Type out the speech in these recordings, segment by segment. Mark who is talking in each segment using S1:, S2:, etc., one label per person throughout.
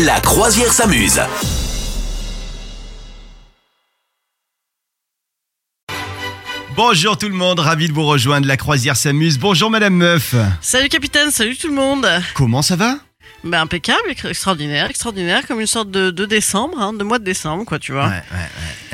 S1: La croisière s'amuse.
S2: Bonjour tout le monde, ravi de vous rejoindre. La croisière s'amuse. Bonjour Madame Meuf.
S3: Salut capitaine, salut tout le monde.
S2: Comment ça va
S3: Ben impeccable, extraordinaire, extraordinaire, comme une sorte de, de décembre, hein, de mois de décembre, quoi, tu vois.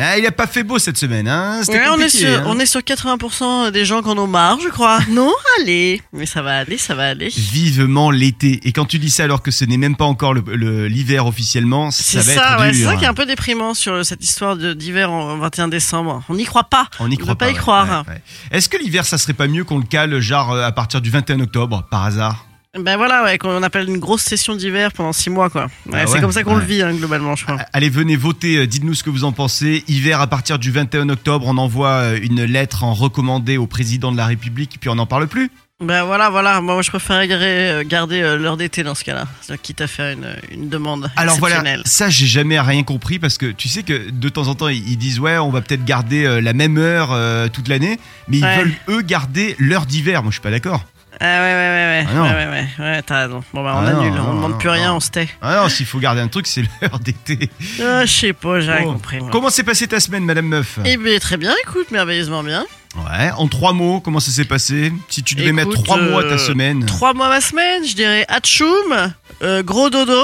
S2: Ah, Il a pas fait beau cette semaine, hein C'était
S3: Ouais, on, est
S2: compliqué,
S3: sur,
S2: hein.
S3: on est sur 80% des gens qui en ont marre, je crois. non, allez, mais ça va aller, ça va aller.
S2: Vivement l'été. Et quand tu dis ça alors que ce n'est même pas encore le- le- l'hiver officiellement, ça
S3: C'est
S2: va
S3: ça,
S2: être
S3: ouais, c'est
S2: dur. hein.
S3: ça qui est un peu déprimant sur le- cette histoire de- d'hiver en 21 décembre. On n'y croit pas.
S2: On n'y
S3: peut
S2: croit
S3: pas
S2: pas.
S3: y
S2: ouais,
S3: croire.
S2: ouais, ouais. Est-ce que l'hiver, ça serait pas mieux qu'on le cale, genre euh, à partir du 21 octobre, par hasard
S3: Ben voilà, ouais, qu'on appelle une grosse session d'hiver pendant 6 mois, quoi. Ouais,
S2: Ah ouais,
S3: c'est comme ça qu'on
S2: ouais. Ah.
S3: le vit, hein, globalement, je crois.
S2: Allez, venez voter, euh, dites-nous ce que vous en pensez. Hiver à partir du 21 octobre, on envoie euh, une lettre en recommandé au président de la République, puis on n'en parle plus.
S3: Ben voilà, voilà. Moi, moi, je préférais garder, garder, euh, l'heure d'été dans ce cas-là. C'est-à-dire, Quitte à faire une, une demande
S2: Alors voilà,
S3: exceptionnelle.
S2: ça j'ai jamais rien compris parce que tu sais que de temps en temps ils ils disent ouais on va peut-être garder euh, la même heure euh, toute l'année, mais ils
S3: Ouais.
S2: veulent eux garder l'heure d'hiver. Moi je suis pas d'accord.
S3: Ah ouais, ouais, ouais, ouais.
S2: Ah non.
S3: ouais, ouais, ouais. Ouais, t'as raison. Bon, bah, on
S2: Ah non,
S3: annule.
S2: non,
S3: on demande
S2: non,
S3: plus rien,
S2: non.
S3: on se tait.
S2: Ah non, s'il faut garder un truc c'est l'heure d'été.
S3: Ah, je sais pas, j'ai rien
S2: Bon.
S3: compris. moi.
S2: Oh. Comment s'est passée ta semaine, Madame Meuf
S3: Eh bien, très bien, écoute, merveilleusement bien.
S2: Ouais, en trois mots, comment ça s'est passé Si tu devais mettre
S3: Écoute,
S2: trois mots à
S3: euh,
S2: ta semaine.
S3: Trois mois ma semaine, je dirais Hachoum, euh, gros dodo,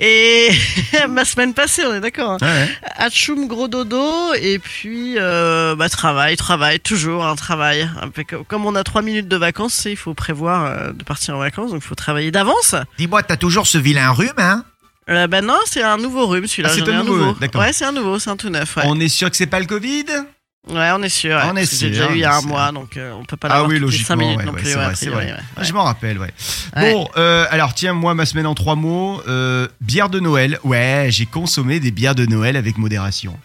S3: et ma semaine passée, on est d'accord. hein.
S2: Ouais, ouais.
S3: Hachoum, gros dodo, et puis euh, bah, travail, travail, toujours un travail. Un peu comme- Comme on a trois minutes de vacances, tu sais, il faut prévoir euh, de partir en vacances, donc il faut travailler d'avance.
S4: Dis-moi, t'as toujours ce vilain rhume, hein
S3: Euh, bah non, c'est un nouveau rhume celui-là.
S2: Ah, c'est
S3: j'en ai
S2: un nouveau, d'accord.
S3: Ouais, c'est un nouveau, c'est un tout neuf. Ouais,
S2: On est sûr que c'est pas le Covid
S3: Ouais, on est sûr. ouais,
S2: On est
S3: parce que J'ai
S2: sûr,
S3: déjà eu il y
S2: on
S3: a
S2: est
S3: un
S2: sûr.
S3: mois, donc euh, on peut pas
S2: Ah
S3: l'avoir
S2: oui,
S3: toutes les cinq
S2: logiquement,
S3: minutes
S2: ouais,
S3: non
S2: ouais,
S3: plus.
S2: c'est
S3: ouais,
S2: vrai,
S3: a
S2: c'est
S3: priori,
S2: vrai.
S3: ouais,
S2: Je
S3: ouais.
S2: m'en rappelle, ouais.
S3: Ouais.
S2: Bon, euh, alors tiens, moi, ma semaine en trois mots, euh, bière de Noël. Ouais, j'ai consommé des bières de Noël avec modération.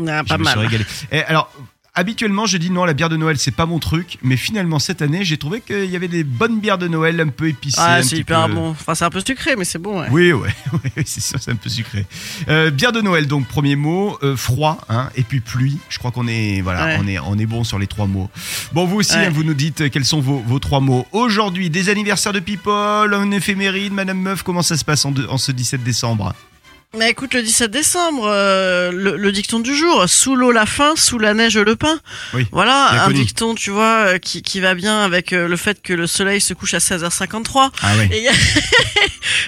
S3: Ah,
S2: Je
S3: pas
S2: me suis
S3: mal.
S2: régalé. Eh, alors, habituellement, je dis non, la bière de Noël, c'est pas mon truc. Mais finalement, cette année, j'ai trouvé qu'il y avait des bonnes bières de Noël un peu épicées.
S3: Ah,
S2: un
S3: c'est
S2: petit
S3: hyper
S2: peu-
S3: bon. Enfin, c'est un peu sucré, mais c'est bon. Ouais.
S2: Oui, ouais, ouais, c'est sûr, c'est un peu sucré. Euh, bière de Noël, donc premier mot, euh, froid, hein, et puis pluie. Je crois qu'on est, voilà,
S3: Ouais.
S2: on est, on est bon sur les trois mots. Bon, vous aussi,
S3: Ouais.
S2: hein, vous nous dites euh, quels sont vos, vos trois mots. Aujourd'hui, des anniversaires de people, une éphéméride, Madame Meuf, comment ça se passe en, de- en ce 17 décembre
S3: Mais écoute, le 17 décembre, euh, le, le dicton du jour, euh, sous l'eau la faim, sous la neige le pain.
S2: Oui, bien
S3: Voilà, un
S2: connu.
S3: dicton, tu vois, euh, qui, qui va bien avec euh, le fait que le soleil se couche à 16h53.
S2: Ah ouais.
S3: Et-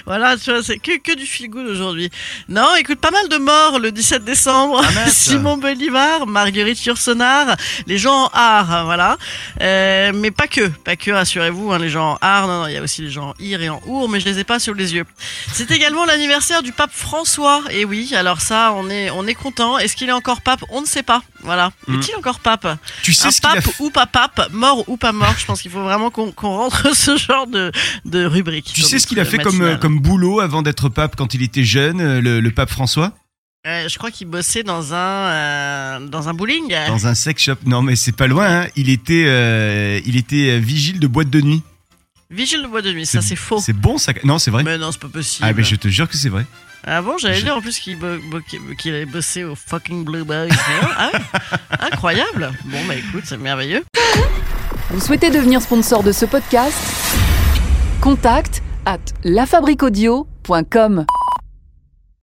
S3: voilà, tu vois, c'est que, que du feel good aujourd'hui. Non, écoute, pas mal de morts le 17 décembre.
S2: Ah, mince.
S3: Simon Bolivar, Marguerite Yourcenar, les gens en art, hein, voilà. Euh, mais pas que, pas que, rassurez-vous, hein, les gens en art, non, non, il y a aussi les gens en ir et en our, mais je les ai pas sur les yeux. C'est également l'anniversaire du pape François. Et oui, alors ça, on est, on est content. Est-ce qu'il est encore pape On ne sait pas. Voilà.
S2: Mm.
S3: Est-il encore pape
S2: Tu sais
S3: un
S2: ce qu'il a
S3: pape
S2: fait
S3: ou pas pape, mort ou pas mort, je pense qu'il faut vraiment qu'on qu'on rentre ce genre de, de rubrique.
S2: Tu
S3: dans
S2: sais ce
S3: notre
S2: qu'il a fait comme, euh,
S3: matinale.
S2: comme boulot avant d'être pape quand il était jeune, euh, le, le pape François
S3: Euh, Je crois qu'il bossait dans un, euh, dans un bowling.
S2: Dans un sex shop. Non, mais c'est pas loin, hein. il, était, euh, il était euh, vigile de boîte de nuit.
S3: Vigile de bois de nuit, ça c'est faux.
S2: C'est bon ça Non, c'est vrai.
S3: Mais non, c'est pas possible.
S2: Ah, mais je te jure que c'est vrai.
S3: Ah bon, j'allais
S2: je-
S3: dire en plus qu'il bo- bo- qu'il- qu'il allait bosser au fucking Blue Boys. ah ouais Incroyable. Bon, bah écoute, c'est merveilleux.
S5: Vous souhaitez devenir sponsor de ce podcast Contact à lafabriquaudio.com.